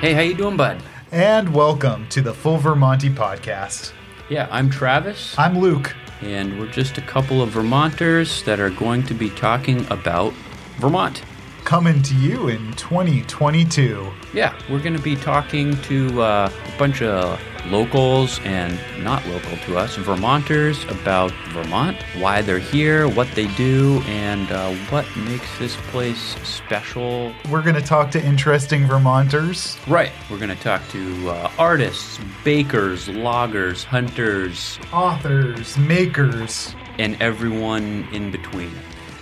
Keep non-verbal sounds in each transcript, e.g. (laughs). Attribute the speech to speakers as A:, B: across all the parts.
A: Hey, how you doing, bud?
B: And welcome to the Full Vermonti podcast.
A: Yeah, I'm Travis,
B: I'm Luke.
A: and we're just a couple of Vermonters that are going to be talking about Vermont.
B: coming to you in 2022.
A: Yeah, we're going to be talking to uh, a bunch of locals and not local to us, Vermonters, about Vermont, why they're here, what they do, and uh, what makes this place special.
B: We're going to talk to interesting Vermonters.
A: Right. We're going to talk to uh, artists, bakers, loggers, hunters,
B: authors, makers.
A: and everyone in between.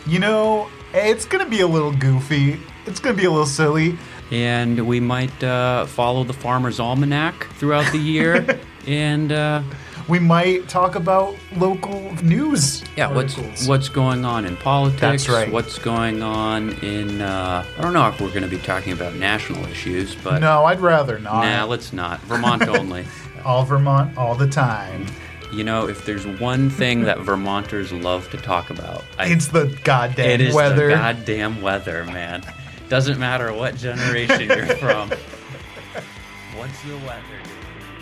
B: You know, it's going to be a little goofy. It's going to be a little silly.
A: And we might uh, follow the Farmer's Almanac throughout the
B: (laughs)
A: year. and uh,
B: We might talk about local news.
A: yeah, what's
B: articles.
A: what's going on in politics?
B: That's right.
A: What's going on in? Uh, I don't know if we're going to be talking about national issues, but
B: No, I'd rather not.
A: nah, let's not. Vermont only.
B: All Vermont, all the time.
A: You know, if there's one thing that Vermonters love to talk about, I
B: It's the goddamn
A: It is
B: weather.
A: the goddamn weather, man. Doesn't matter what generation (laughs) you're from. What's the weather?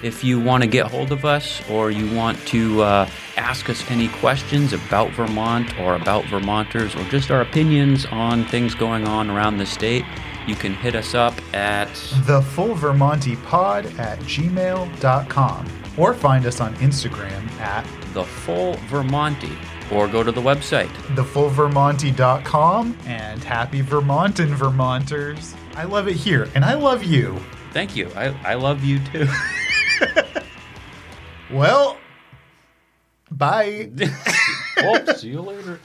A: If you want to get hold of us or you want to uh, ask us any questions about Vermont or about Vermonters or just our opinions on things going on around the state, you can hit us up at.
B: the full Vermonti pod at gmail.com or find us on Instagram at
A: The Full Vermonti, or go to the website.
B: thefullvermonti.com and happy Vermont and Vermonters. I love it here and I love you.
A: Thank you. I, I love you too.
B: Well, bye.
A: (laughs) well, see you later.